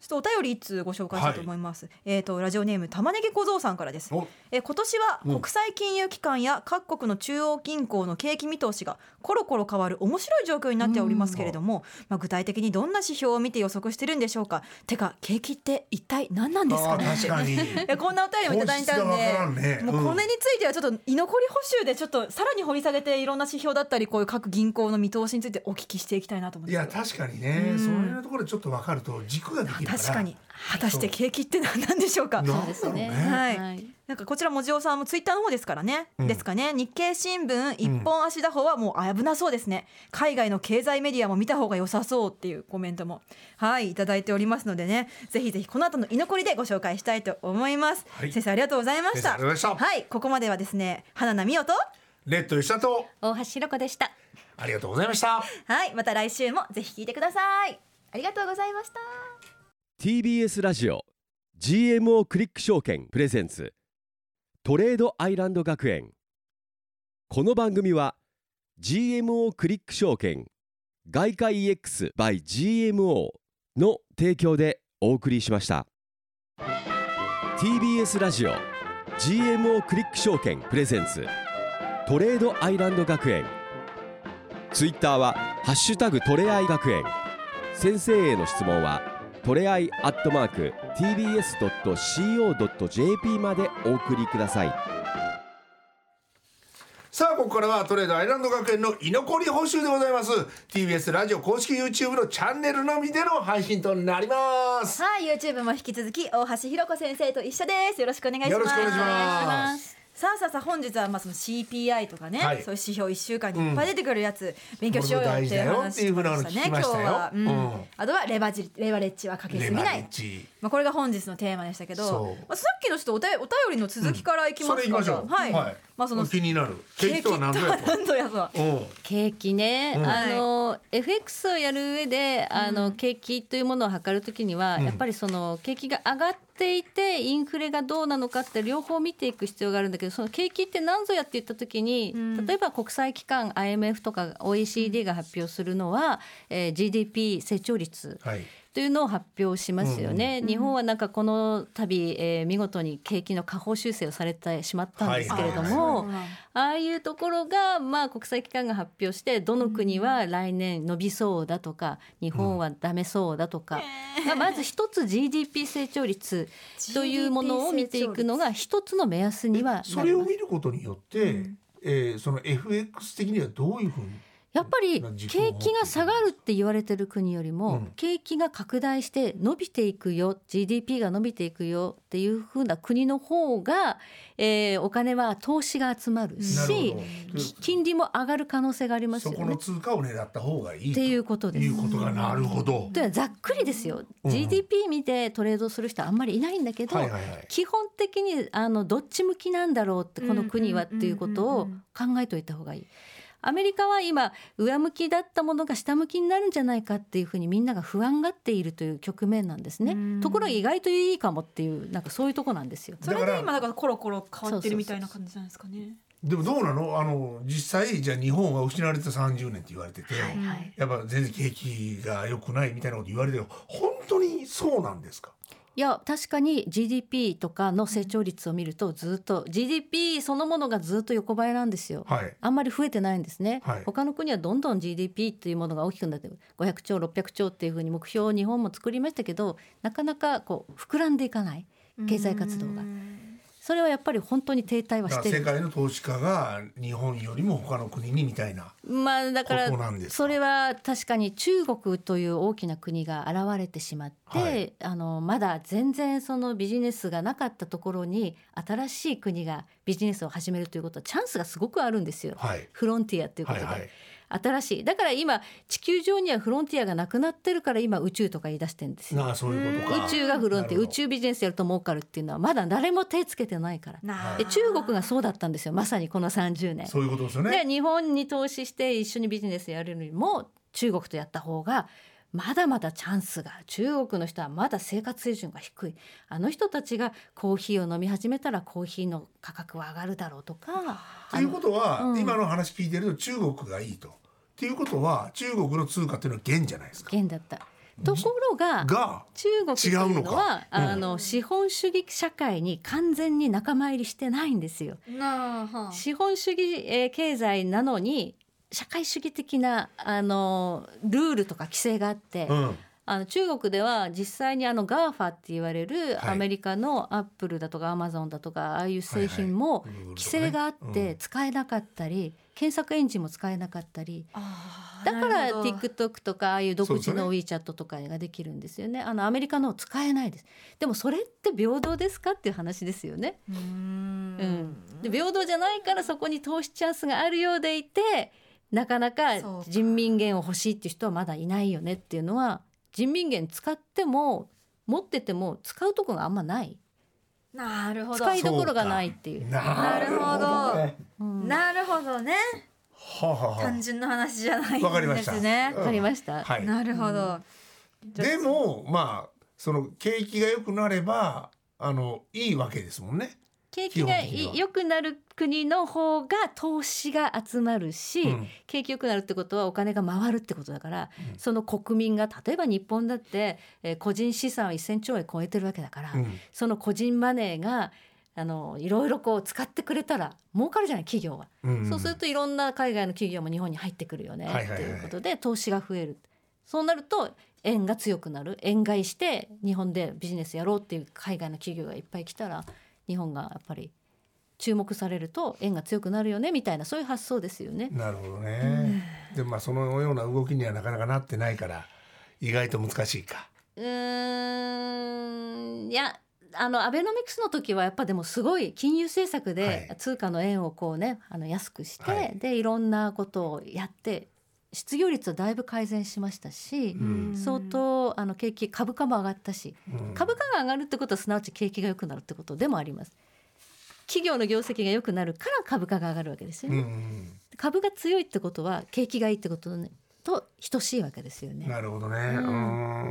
S3: ちょっとお便り一通ご紹介したいと思います、えっ、とラジオネーム玉ねぎ小僧さんからです
S2: お
S3: えー今年は
S2: うん
S3: 国際金融機関や各国の中央銀行の景気見通しがコロコロ変わる面白い状況になっておりますけれども、まあ、具体的にどんな指標を見て予測してるんでしょうかてか景気って一体何なんです
S2: あ
S3: か
S2: あ
S3: ね
S2: 確かに。
S3: えこんなお便りも いただいたん
S2: 本質がわからん
S3: で、
S2: ね
S3: も
S2: うん
S3: うこれについてはちょっと居残り補修でちょっとさらに掘り下げていろんな指標だったりこういう各銀行の見通しについてお聞きしていきたいなと思っ
S2: い
S3: て
S2: や確かにね、
S3: うん
S2: そういうところでちょっと分かると軸ができるから
S3: 確かに果たして景気って何なんでしょうか
S2: なんだろう
S4: そうですね。
S2: ね
S3: はいなんかこちらもじおさんもツイッターの方ですからね、
S2: うん
S3: ですかね日経新聞一本足打法はもう危なそうですね、海外の経済メディアも見た方が良さそうっていうコメントもはいいただいておりますのでねぜひぜひこの後の居残りでご紹介したいと思います、
S2: はい
S3: 先生ありがとうございました
S2: 先生ありがとうございました
S3: はいここまではですね花奈美音と
S2: レッド吉田と
S4: 大橋ロコでした。
S2: ありがとうございました。
S3: はいまた来週もぜひ聞いてくださいありがとうございました
S1: TBS ラジオ GMO クリック証券プレゼンツトレードアイランド学園この番組は GMO クリック証券外貨 EX by GMO の提供でお送りしました TBS ラジオ GMO クリック証券プレゼンツトレードアイランド学園ツイッターは「ハッシュタグトレアイ学園」先生への質問はトレアイアットマーク TBS.CO.JP までお送りください
S2: さあここからはトレードアイランド学園の居残り補修でございます TBS ラジオ公式 YouTube のチャンネルのみでの配信となります
S3: はい、YouTube も引き続き大橋ひろ子先生と一緒です。よろしくお願いします。
S2: よろしくお願いします
S3: さあさあさあ本日はまあその CPI とかね、
S2: はい
S3: そういう指標一週間にいっぱい出てくるやつ、勉強しようよっていう
S2: これも大事だよっていうふうなのを
S3: 話
S2: 聞きましたよ
S3: 今日は、うん
S2: うん
S3: あとはレバジレバレッジはかけすぎな
S2: レバレッ
S3: い
S2: ジ。
S3: まあこれが本日のテーマでしたけど
S2: そう、
S3: まあ、さっきのちょっとおたお便りの続きからいきますか、
S2: それいきましょう
S3: はい、まあその
S2: 気になる景気とは何
S3: と
S2: ぞ
S3: は
S2: やと
S3: 何度やぞ。
S2: うん
S4: 景気ね、
S2: うん
S4: あの、FX をやる上であの、景気というものを測るときには、
S2: うん
S4: やっぱりその景気が上がっていてインフレがどうなのかって両方見ていく必要があるんだけどその景気って何ぞやって言ったときに、
S3: ん
S4: 例えば国際機関 IMF とか OECD が発表するのは、えー GDP 成長率
S2: はい
S4: というのを発表しますよね、日本はなんかこの度、えー見事に景気の下方修正をされてしまったんですけれども、
S2: はい
S4: ああいうところが、まあ、国際機関が発表してどの国は来年伸びそうだとか日本はダメそうだとか、まあまず一つ GDP 成長率というものを見ていくのが一つの目安にはなり
S2: そ
S4: ます
S2: れを見ることによって、えーその FX 的にはどういうふうに
S4: やっぱり景気が下がるって言われてる国よりも、
S2: うん
S4: 景気が拡大して伸びていくよ GDP が伸びていくよっていうふうな国の方が、えーお金は投資が集まる
S2: なる
S4: し、
S2: ほど
S4: き金利も上がる可能性があります
S2: そ
S4: よ
S2: こ
S4: ね
S2: の。通貨を狙った方がいい
S4: っ
S2: と
S4: て
S2: い
S4: いううことです。
S2: ことがなるほど。
S4: というのはざっくりですよ、
S2: うん
S4: GDP 見てトレードする人あんまりいないんだけど、
S2: はいはいはい。
S4: 基本的にあのどっち向きなんだろうってこの国はっていうこと
S3: うんうんうん
S4: を考えておいた方がいい。アメリカは今上向きだったものが下向きになるんじゃないかっていうふうにみんなが不安がっているという局面なんですね。
S3: うん
S4: ところが意外といいかもっていうなんかそういうとこなんですよ。
S3: それ
S2: だか
S3: で
S2: ら
S3: 今だからコロコロ変わってるみたいな感じなんですかね。
S2: でもどうなのあの実際じゃあ日本は失われた30年って言われてて、
S4: はい
S2: やっぱ全然景気が良くないみたいなこと言われてる本当にそうなんですか
S4: いや確かに GDP とかの成長率を見るとずっと GDP そのものがずっと横ばいなんですよ。
S2: はい。
S4: あんまり増えてないんですね、
S2: はい
S4: 他の国はどんどん GDP というものが大きくなって500兆600兆っていうふうに目標を日本も作りましたけどなかなかこう膨らんでいかない経済活動がそれはやっぱり本当に停滞は
S2: だから
S4: して
S2: 世
S4: る
S2: 界の投資家が日本よりも他の国にみたいな。
S4: まあだか
S2: ここな
S4: ら
S2: んですか
S4: それは確かに中国という大きな国が現れてしまって、
S2: はい
S4: あのまだ全然そのビジネスがなかったところに新しい国がビジネスを始めるということはチャンスがすごくあるんですよ、
S2: はい。
S4: フロンティアというこ
S2: は
S4: と
S2: い
S4: で。
S2: はい。
S4: 新しいだから今地球上にはフロンティアがなくなってるから今宇宙とか言い出してるんですよ
S2: なあそういうことか。
S4: 宇宙がフロンティ
S2: なる
S4: ア
S2: ほ
S4: 宇
S2: ど
S4: 宙ビジネスやると儲かるっていうのはまだ誰も手つけてないから
S3: なあ
S4: で中国がそうだったんですよまさにこの30年
S2: そういうことですよ
S4: で
S2: ね。
S4: 日本に投資して一緒にビジネスやるよりも中国とやった方がまだまだチャンスが中国の人はまだ生活水準が低いあの人たちがコーヒーを飲み始めたらコーヒーの価格は上がるだろうとか
S2: ということは、
S4: うん
S2: 今の話聞いてると中国がいいと。っていうことは中国の通貨っていうのは元じゃないですか。
S4: 現だったところが
S2: が
S4: 中国という
S2: 違うの
S4: のは
S2: か
S4: あの資本主義社会に完全に仲間入りしてないんですよ。
S3: なあは
S4: 資本主義、えー経済なのに社会主義的なあのルールとか規制があって、
S2: うん
S4: あの中国では実際にあの GAFA って言われる
S2: はい
S4: アメリカのアップルだとかアマゾンだとかああいう製品
S2: は
S4: も
S2: いはい
S4: 規制があっ
S2: う
S4: て
S2: ん
S4: 使えなかったり検索エンジンも使えなかったり
S3: あ
S4: だか
S3: な
S4: ら
S3: るほど
S4: TikTok とかああいう独自
S2: そ
S4: の WeChat とかができるんですよね。あのアメリカの使えないです。でもそれって平等ですかっていう話ですよね。
S3: うー
S4: うんん。で平等じゃないからそこに投資チャンスがあるようでいて、なかなか
S3: そうか
S4: 人民元を欲しいっていう人はまだいないよねっていうのは人民元使っても持ってても使うとこがあんまない。
S3: なるほど
S4: 使いどころがないっていう。
S2: なるほどね。
S4: うんわ、
S3: なるほどね
S2: はあはあは
S3: 単純な話じゃないんですね
S2: わかりました
S4: かりました。
S2: あはい。
S3: なるほど
S2: でもまあその景気が良くなればあのいいわけですもんね。
S4: 景気が
S2: 基本的にはい
S4: 良くなる国の方が投資が集まるし、
S2: うん
S4: 景気良くなるってことはお金が回るってことだから、
S2: うん
S4: その国民が例えば日本だって、えー個人資産を1,000兆円超えてるわけだから、
S2: うん
S4: その個人マネーがあのいろいろこう使ってくれたら儲かるじゃない企業は、
S2: うん
S4: そうするといろんな海外の企業も日本に入ってくるよね
S2: はいはいはい
S4: ということで投資が増えるそうなると円が強くなる円買いして日本でビジネスやろうっていう海外の企業がいっぱい来たら日本がやっぱり注目されると円が強くなるよねみたいなそういう発想ですよね。
S2: なるほどね。でまあそのような動きにはなかなかなってないから意外と難しいか。
S4: うーんいやあのアベノミクスの時はやっぱでもすごい金融政策
S2: は
S4: で
S2: い
S4: 通貨の円をこうねあの安くして、
S2: はい
S4: でいろんなことをやって失業率はだいぶ改善しましたし、
S2: ん
S4: 相当あの景気株価も上がったし
S2: うん
S4: 株価が上がるってことはすなわち景気が良くなるってことでもあります。企業の業績が良くなるから株価が上がるわけですよ
S2: うん
S4: ね。
S2: うん
S4: 株が強いってことは景気がいいってことねと等しいわけですよね。
S2: なるほどね。う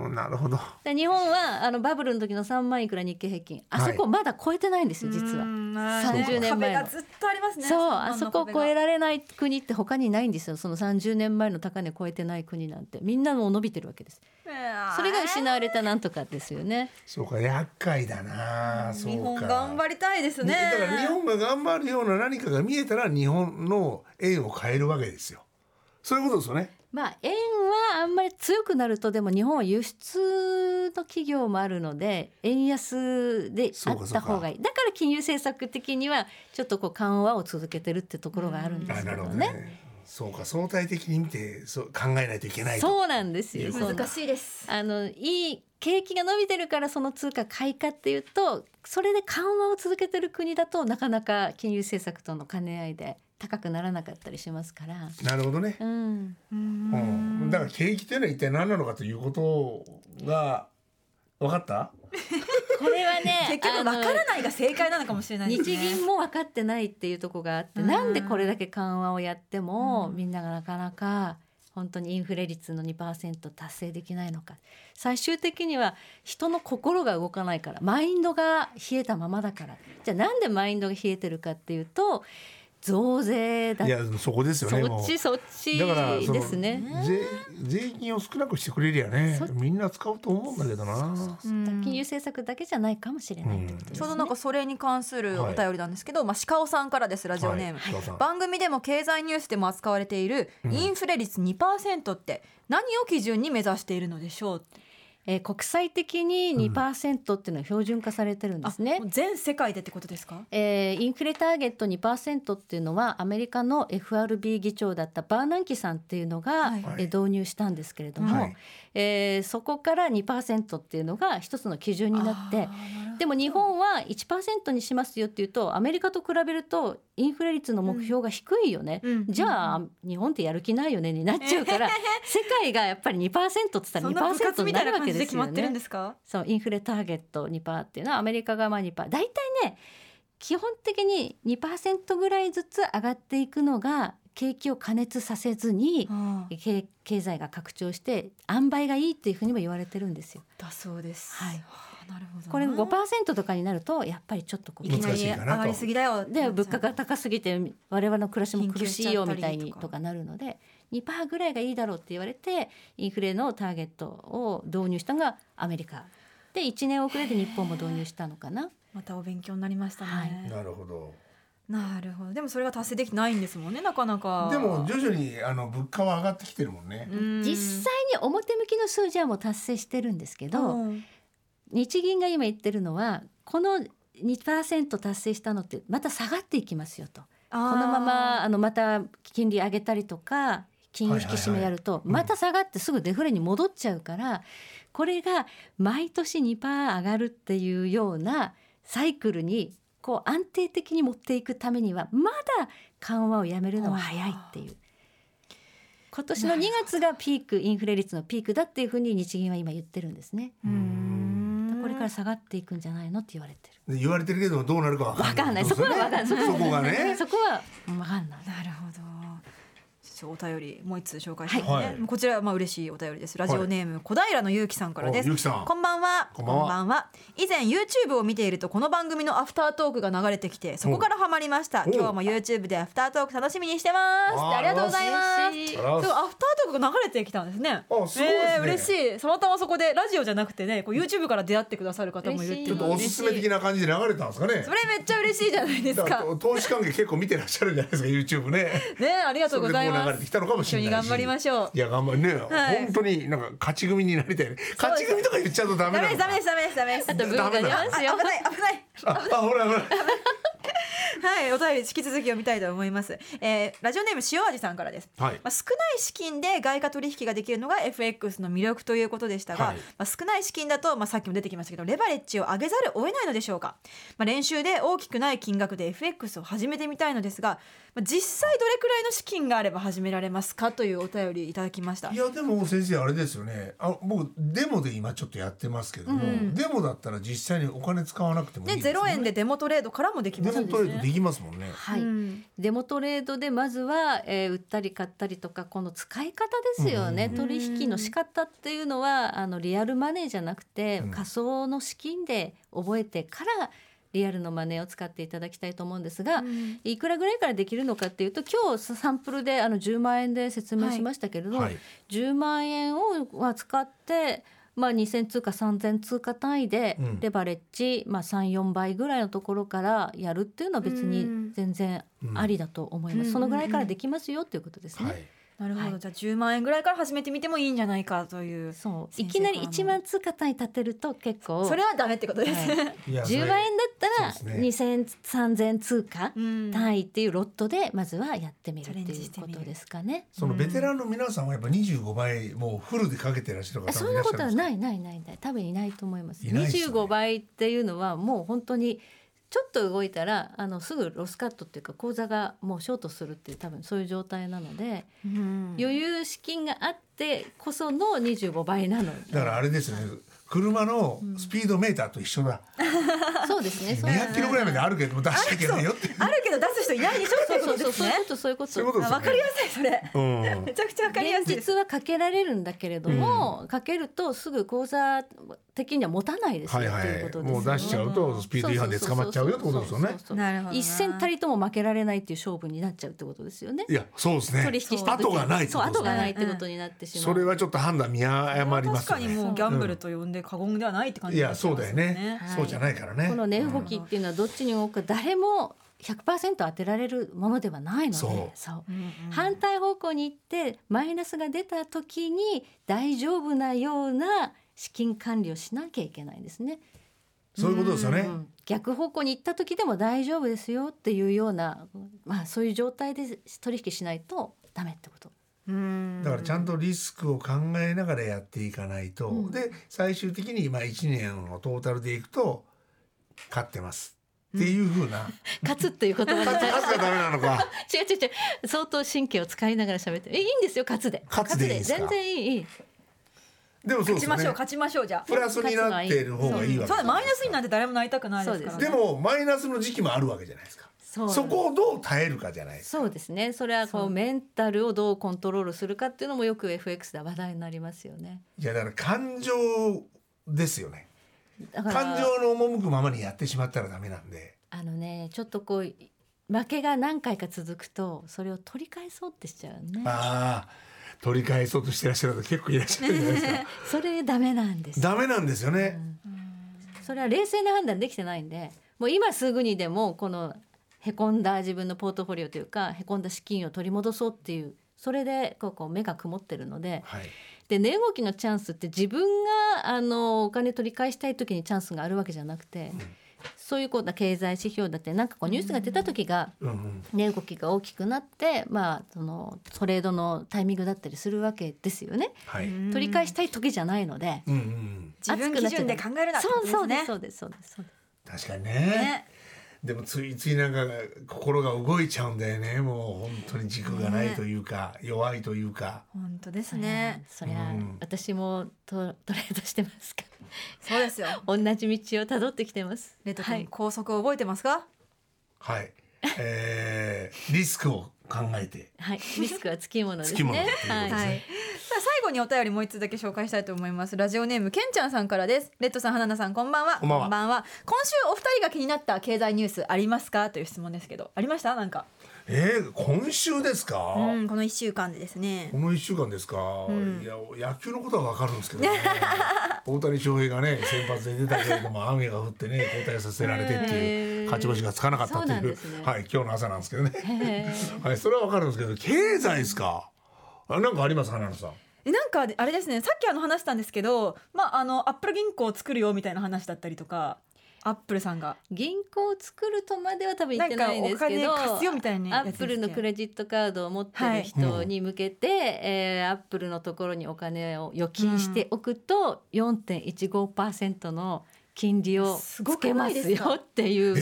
S2: んなるほど。
S4: で日本はあのバブルの時の3万いくら日経平均あそこまだ超えてないんですよ、実は。30年前
S3: 壁
S4: の
S3: がずっとありますね
S4: そうあそこを超え
S3: ら
S4: られない国って他にないんですよその30年前の高値超えてない国なんてみんなもう伸びてるわけですそれが失われたなんとかですよね
S2: そうか厄介だな。そうか。
S3: 日本頑張りたいですね
S2: だから日本が頑張るような何かが見えたら日本の円を変えるわけですよ。そういうことですよね。
S4: まあ円はあんまり強くなるとでも日本は輸出の企業もあるので円安であ
S2: そうか
S4: っ
S2: そうか
S4: た方がいいだから金融政策的にはちょっとこう緩和を続けてるってところがあるんで
S2: あ
S4: す
S2: なる
S4: けど
S2: ほど
S4: ね。
S2: ね。そうか相対的に見てそう考えないといけないと。
S4: そうなんですよ。そうなん
S3: 難しいです
S4: あのいい景気が伸びてるからその通貨買いかっていうとそれで緩和を続けてる国だとなかなか金融政策との兼ね合いで高くならなかったりしますから。
S2: なるほどね。
S4: うん、
S2: うん、だから景気というのは一体何なのかということが分かった
S4: これはね
S3: 結局わからないが正解なのかもしれ
S4: あ
S3: な
S4: の
S3: いですね
S4: 日銀も分かってないっていうとこがあって
S3: うん
S4: なんでこれだけ緩和をやっても
S3: うん
S4: みんながなかなか本当にインフレ率の2%達成できないのか最終的には人の心が動かないからマインドが冷えたままだからじゃあなんでマインドが冷えてるかっていうと増税だ
S2: いやそこですよね
S4: そ
S2: も
S4: っ
S2: う
S4: ちそっち
S2: だからその
S4: ですね。
S2: 税税金を少なくしてくれりゃね
S4: そ
S2: みんな使うと思うんだけどな
S3: うん
S4: 金融政策だけじゃないかもしれないってことですね。
S3: ちょうどなんかそれに関するお便りなんですけど、まあ鹿尾さんからですラジオネーム、
S2: はい鹿尾さん
S3: 番組でも経済ニュースでも扱われているインフレ率2%って何を基準に目指しているのでしょうって、
S4: えー国際的に2%っていうのは標準化されてるんですね。
S3: もう全世界でってことですか
S4: えーインフレターゲット2%っていうのはアメリカの FRB 議長だったバーナンキさんっていうのが、
S3: はい
S4: えー導入したんですけれども、
S2: はい
S4: えーそこから2%っていうのが一つの基準になって
S3: あーなるほど
S4: でも日本は1%にしますよっていうとアメリカと比べるとインフレ率の目標が低いよね、
S3: うん
S4: じゃあ日本ってやる気ないよねになっちゃうから、世界がやっぱり2%って
S3: そ
S4: 言
S3: ん
S4: った
S3: な
S4: ら
S3: 部活
S4: 2%
S3: み
S4: に
S3: た
S4: な
S3: な
S4: いるわ
S3: 感
S4: け
S3: じで
S4: で
S3: 決
S4: す
S3: ま
S4: よ
S3: ってるん
S4: ね
S3: で。すか
S4: そうインフレターゲット2%っていうのはアメリカがまあ2%大体ね基本的に2%ぐらいずつ上がっていくのが景気を加熱させずに
S3: あー
S4: 経経済が拡張して塩梅がいいっていうふうにも言われてるんですよ。
S3: だそうです、
S4: はい
S3: あーなるほどな
S4: これ5%とかになるとやっぱりちょっとこ
S3: いき
S4: う
S3: なり上がりすぎだよ
S4: で物価が高すぎて我々の暮らしも苦しいよ
S3: 緊急
S4: み
S3: 事
S4: た
S3: 態
S4: い
S3: とか
S4: にとかなるので2%ぐらいがいいだろうって言われてインフレのターゲットを導入したのがアメリカで1年遅れで日本も導入したのかな。
S3: またお勉強になりましたね、
S4: はい
S2: なるほど
S3: なるほどでもそれが達成できてないんですもんねなかなか
S2: でも徐々にあの物価は上がってきてるもんね、
S3: うん
S4: 実際に表向きの数字はもう達成してるんですけど
S3: うん
S4: 日銀が今言ってるのはこの2%達成したのってまた下がっていきますよとこのままあのまた金利上げたりとか金融引き締めやると
S2: いはい
S4: また下がってすぐデフレに戻っちゃうからこれが毎年2%上がるっていうようなサイクルにこう安定的に持っていくためにはまだ緩和をやめるのは早いっていう今年の2月がピークインフレ率のピークだっていうふうに日銀は今言ってるんですね。
S3: うん
S4: これから下がっていくんじゃないのって言われてる。
S2: で言われてるけどどうなるかわかんない
S4: わかんないそこはわかんない
S2: そこがね
S4: そこは分かんない。
S3: なるほど。ですよお便りもう一通紹介しますね、
S2: はい
S3: こちらはまあ嬉しいお便りですラジオネーム、小平のゆうきさんからです
S2: おゆうきさん
S3: こんばんは
S2: こんばんは
S3: 以前 YouTube を見ているとこの番組のアフタートークが流れてきてそこからハマりました
S2: お
S3: 今日も YouTube でアフタートーク楽しみにしてます
S2: あー
S3: ありがとうございます
S4: 嬉しい
S3: そうアフタートークが流れてきたんですね
S2: あすごいですね
S3: えー嬉しいたまたまそこでラジオじゃなくてねこう YouTube から出会ってくださる方もいるってい
S2: ちょ
S3: う
S2: っ
S3: の
S2: と
S3: は
S2: お
S3: 嬉
S2: す
S3: しい
S2: すめ的な感じで流れたんですかね
S3: それめっちゃ嬉しいじゃないです
S2: だから
S3: か
S2: と投資関係結構見てらっしゃるんじゃないですか YouTube ね
S3: ねありがとうござい
S2: それでこう
S3: ま
S2: 流れ
S3: す
S2: てきたのかもしれないし
S3: 一緒に頑張りましょう
S2: いや頑張るね、
S3: はい
S2: 本当になんか勝ち組になりたいね勝ち組とか言っちゃうとダメ
S3: ダ
S2: な
S3: メで
S2: の
S3: すダメですダメですダメです
S4: あと文化出ますよ
S3: あ危ない危ない
S2: ああほらほら
S3: はい、お便り引き続き読みたいと思います。えーラジオネーム塩味さんからです。
S2: はい
S3: まあ、少ない資金で外貨取引ができるのが FX の魅力ということでしたが、
S2: はい
S3: まあ、少ない資金だと、まあ、さっきも出てきましたけどレバレッジを上げざるを得ないのでしょうか、まあ、練習で大きくない金額で FX を始めてみたいのですが、まあ、実際どれくらいの資金があれば始められますかというお便りいただきました
S2: いやでも先生あれですよねあ僕デモで今ちょっとやってますけども、デモだったら実際にお金使わなくてもいい
S3: で
S2: ですよ
S3: 0円でデモトレードからもできま
S2: デ
S3: す
S2: モトレードできますもんね
S4: はい、
S3: うん
S4: デモトレードでまずは、えー売ったり買ったりとかこの使い方ですよね、
S3: ん
S4: 取引の仕方っていうのはあのリアルマネーじゃなくて、
S2: うん
S4: 仮想の資金で覚えてからリアルのマネーを使っていただきたいと思うんですが、
S3: うん
S4: いくらぐらいからできるのかっていうと今日サンプルであの10万円で説明しましたけれども、
S2: はい
S4: 10万円をは使って、まあ、2,000通貨3,000通貨単位で
S2: うん
S4: レバレッジ、まあ、34倍ぐらいのところからやるっていうのは別
S3: うん
S4: に全然ありだと思います、
S3: うん
S4: そのぐらいからできますよっていうことですね。
S2: はい
S3: なるほど、
S4: はい
S3: じゃあ10万円ぐらいから始めてみてもいいんじゃないかという
S4: そうい
S3: 先生
S4: きなり
S3: からの
S4: 1万通貨単位立てると結構
S3: それはダメってことです、
S4: はい
S2: いやそれ
S4: 10万円だったら
S2: そうです
S4: 2,000、3,000通貨
S3: うん
S4: 単位っていうロットでまずはやってみる
S3: チ
S4: って
S3: ャレンジ
S4: い
S3: し
S4: う
S3: て
S4: こ
S3: みる
S4: とですかね。
S2: そのベテランの皆さんはやっぱ25倍もうフルでかけてらっしゃる方
S4: そ
S2: も
S4: ん
S2: いら
S4: な
S2: っし
S4: こ
S2: ゃ
S4: と
S2: るん
S4: は
S2: ですか
S4: ないないないない多分いないと思います。
S2: いないですよね
S4: 25倍っていうのはもう本当にちょっと動いたらあのすぐロスカットっていうか口座がもうショートするっていう多分そういう状態なので、
S3: うん
S4: 余裕資金があってこその25倍なので
S2: だからあれですね車のスピードメーターと一緒だ、
S4: そうですねそう
S2: 200キロぐらいまであるけども出しちゃいけないよって
S3: あるけど出す人いないでしょっていうこ
S4: そう
S3: と
S4: そう
S3: です
S4: そういう
S3: ね
S4: ことそういうこと
S2: そういうことです
S3: あわかりやすいそれ
S2: うん
S3: めちゃくちゃわかりやすいで
S4: 現
S3: す
S4: 実はかけられるんだけれども、かけるとすぐ口座的には持たないですよ、
S2: はいは
S4: っていうこ
S2: い
S4: とですよ
S2: もう出しちゃうとスピード違反で捕まっちゃうよってことですよね
S4: そうそうそうそう
S3: なるほどな
S4: 一銭たりとも負けられないっていう勝負になっちゃうってことですよね。
S2: いやそうですね
S4: 取引した時
S2: 後がないって
S4: そう
S2: ことです
S4: 後
S2: ね
S4: がないってことになってしま
S2: そ
S4: う。
S2: れはちょっと判断見誤りま
S3: 確
S2: すよ
S3: かに
S2: ね
S3: もうギャンブルと呼んで過言ではないって感
S2: い
S3: じ
S2: やそうだよね、
S4: はい
S2: そうじゃないからね
S4: この値動きっていうのはどっちに動くか誰も100%当てられるものではないので、
S2: そう
S4: そう
S3: うんうん
S4: 反対方向に行ってマイナスが出た時に大丈夫なような資金管理をしなきゃいけないんですね。
S2: そういうことですよね、
S4: うん逆方向に行った時でも大丈夫ですよっていうような、まあ、そういう状態で取引しないとダメってこと。
S3: うん
S2: だからちゃんとリスクを考えながらやっていかないと、
S4: うん
S2: で最終的にまあ1年をトータルでいくと勝ってますっていうふうな、
S4: 勝つっていう言葉に
S2: 勝つ
S4: 対して
S2: 勝つがダメなのか
S4: 違う違う違う相当神経を使いながら喋ってるえいいんですよ勝つで
S2: 勝つでいいですか
S4: 全然いいいい
S2: でもそう
S3: 勝
S2: で
S3: ち
S2: す
S3: ま
S2: よ
S3: しょう
S2: ね
S3: 勝ちましょうじゃあ
S2: プラスになっている方がいい
S3: そ
S2: わけ
S3: う
S2: じゃ
S3: だ
S2: ない
S3: マイナスになんて誰もなりたくないですから
S4: そう
S2: で
S3: ね
S2: もマイナスの時期もあるわけじゃないですか
S4: そ
S2: そこをどう耐えるかじゃないですか
S4: そうですねそれはこ
S3: そう
S4: うメンタルをどうコントロールするかっていうのもよく FX では話題になりますよね
S2: いやだから感情ですよね
S4: だから
S2: 感情の赴くままにやってしまったらダメなんで
S4: あのねちょっとこう負けが何回か続くとそれを取り返そうってしちゃうね
S2: ああ取り返そうとしてらっしゃる方結構いらっしゃるじゃないですか
S4: それダメなんです
S2: ダメなんですよね、
S4: それは冷静な判断できてないんでもう今すぐにでもこのへこんだ自分のポートフォリオというかへこんだ資金を取り戻そうっていうそれでこうこう目が曇ってるので
S2: はい
S4: で値動きのチャンスって自分があのお金取り返したい時にチャンスがあるわけじゃなくて、そういうこうな経済指標だってなんかこうニュースが出た時が
S2: うんうん
S4: 値動きが大きくなって、まあ、そのトレードのタイミングだったりするわけですよね。
S2: はい、うん
S3: うん
S4: 取り返したい時じゃないので、
S2: うんうん、
S3: 自分基準で考えるなってこと
S4: そうそうで
S3: ね
S4: すそうですそうですそうです
S2: 確かにね
S3: ね
S2: でもついついなんか心が動いちゃうんだよねもう本当に軸がないというか、弱いというか
S3: 本当です
S4: そりゃ
S3: ね
S4: そり
S2: う
S4: ゃ、
S2: ん
S4: 私もトトレードしてますから
S3: そうですよ
S4: 同じ道をたどってきてます
S3: レッド
S4: は
S3: 君
S4: い
S3: 高速覚えてますか
S2: はい、えー、リスクを 考えて
S4: はい、リスクはつきものです
S2: つきもの
S4: ね
S2: ということ。
S4: はい
S2: で
S3: は
S2: す
S3: い。
S2: ね
S3: さあ最後にお便りもう一通だけ紹介したいと思います。ラジオネームけんちゃんさんからです。レッドさん、花菜さん、こんばんは。
S2: こんばんは
S3: 今週お二人が気になった経済ニュースありますかという質問ですけど、ありましたなんか。
S2: えー、今週ですか、
S3: うん、この一週間でですね
S2: こ。の一週間ですか、
S3: ん
S2: いや野球のことはわかるんですけど、ね、大谷翔平がね先発で出たけれども雨が降ってね交代させられてっていう
S4: へー
S2: 勝ち星がつかなかったって
S4: そうないん
S2: う
S4: ですね
S2: はい今日の朝なんですけどね、
S4: へー
S2: はいそれはわかるんですけど経済ですかあなんかあります花野さん
S3: えなんかあれですね。さっきあの話したんですけど、まああのアップル銀行を作るよみたいな話だったりとか、アップルさんが
S4: 銀行を作るとまでは多分言ってないんです
S3: な
S4: け
S3: ん
S4: ど
S3: かお金貸すよみたいなや
S4: ア
S3: つです
S4: ッ
S3: ね
S4: プルのクレジットカードを持って
S3: はい
S4: る人に向けて、えーアップルのところにお金を預金しておくと、4.15%の金利を
S3: すご
S4: つ
S3: く
S4: け
S3: な
S4: ま
S3: いですすか
S4: よっていう、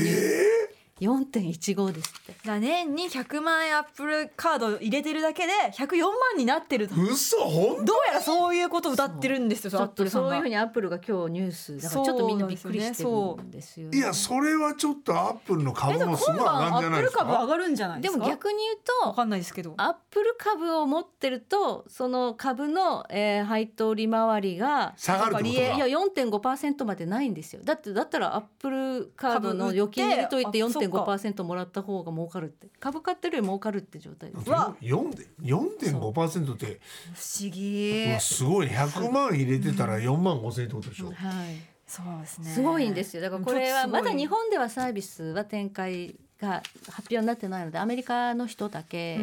S4: 4.15ですって
S3: だ年に100万円アップルカードを入れてるだけで104万になってると。
S2: 嘘ほん
S3: どうやらそういうことを歌ってるんですよ。
S4: ち
S3: ア
S4: ょ
S3: ッ
S4: っ
S3: プ
S4: と
S3: ルさん
S4: そ
S3: が。
S4: ういうふうにアップルが今日ニュースだからちょっとみんなびっくりしてるんですよね
S2: いやそれはちょっとアップルの
S3: え
S2: 株
S3: でも
S2: もすごい
S3: 今
S2: 上が
S3: 晩
S2: る
S3: ア
S2: んじゃない
S3: ップ
S2: で
S3: ル
S2: すか
S3: 株上がるんじゃないで
S4: です
S3: か
S4: も逆に言
S3: わ
S4: うと
S3: かんないですけど
S4: アップル株を持ってるとその株の、えー配当利回りが
S2: 下がるってこと
S4: い
S2: か
S4: やいや4.5%までないんですよだってだったらアップルカードの預金入れといて
S3: 株売ってあ
S4: 4.5%もらった方が儲かるって株買ってるより儲かるって状態です
S3: うわ
S2: 4で4.5%って
S3: 不思議
S2: うわすごいね100万入れてたら4万5千円ってことでしょ、
S4: はい
S3: そうですね
S4: すごいんですよだからこれはまだ日
S3: 本
S4: 本ではサービスは展開が発表になってないのでアメリカの人だけで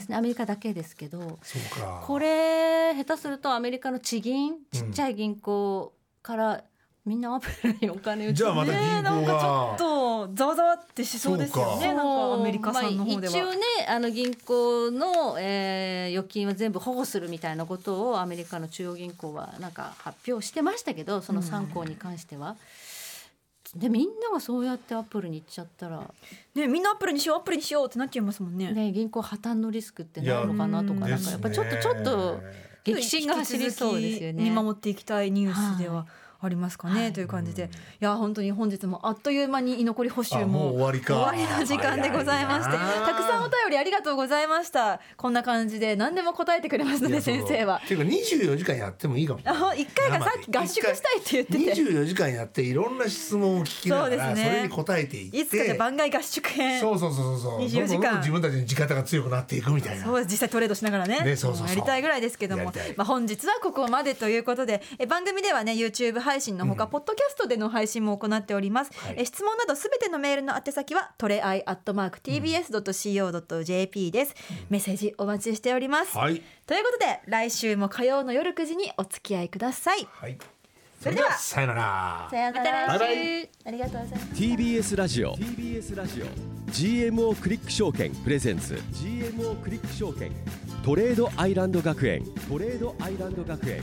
S4: すねアメリカだけですけど
S2: そうか
S4: これ下手するとアメリカの地銀ちっちゃい銀行から、みんなアップルにお金を
S2: じゃあまた銀
S3: ねなん
S2: 行
S3: か
S2: が
S3: ちょっとざわざわってしそうですよ
S2: そう
S3: ねなんかアメリカさんの方では、
S4: まあ一応ねあの銀行の、えー預金は全部保護するみたいなことをアメリカの中央銀行はなんか発表してましたけどその3項に関しては。でみんながそうやってアップルに行っちゃったら、
S3: ねみんなアップルにしようアップルにしようってなっちゃいますもんね
S4: ね、銀行破綻のリスクってないのかなとか
S3: い
S4: な
S3: や
S4: んかやっぱちょっとちょっと激震が走りそうですよ
S3: 引き続き見
S4: ね。
S3: 守っていきたいニュースでは
S4: は
S3: ありますかね、
S4: はい
S3: という感じで、いや本当に本日もあっという間に居残り補
S2: あ
S3: 修
S2: もう
S3: も
S2: 終わりか
S3: 終わりの時間でございまして
S2: 早いな
S3: たくさんお便りありがとうございましたこんな感じで何でも答えてくれますの
S2: い
S3: で
S2: やそう
S3: 先生は
S2: っていうか24時間やってもいいかもしれ
S3: あ
S2: な
S3: ほ
S2: い
S3: 一回がさっき合宿したいって言ってて
S2: 24時間やっていろんな質問を聞きながら
S3: そう
S2: そ,、
S3: ですね
S2: れに答えていって
S3: いつかじゃあ番外合宿編
S2: そうそうそうそうそう
S3: 24
S2: ど
S3: 時間
S2: んどんどんどん自分たちの地方が強くなっていくみたいな
S3: そう実際トレードしながらね
S2: ねそうそうそう
S3: やりたいぐらいですけども、
S2: や
S3: ま
S2: りたい
S3: あ、本日はここまでということでえ番組ではね YouTube 配信のほか、ポッドキャストでの配信も行っております、
S2: はい
S3: え質問などすべてのメールの宛先はトレアイアットマーク TBS.CO.JP です、メッセージお待ちしております、
S2: はい
S3: ということで来週も火曜の夜9時にお付き合いください
S2: はい
S3: それでは
S2: さよなら
S3: さようなら
S2: また来週バイ
S3: ありがとうございます
S1: TBS ラジオ TBS ラジオ GMO クリック証券プレゼンツ GMO クリック証券トレードアイランド学園トレードアイランド学園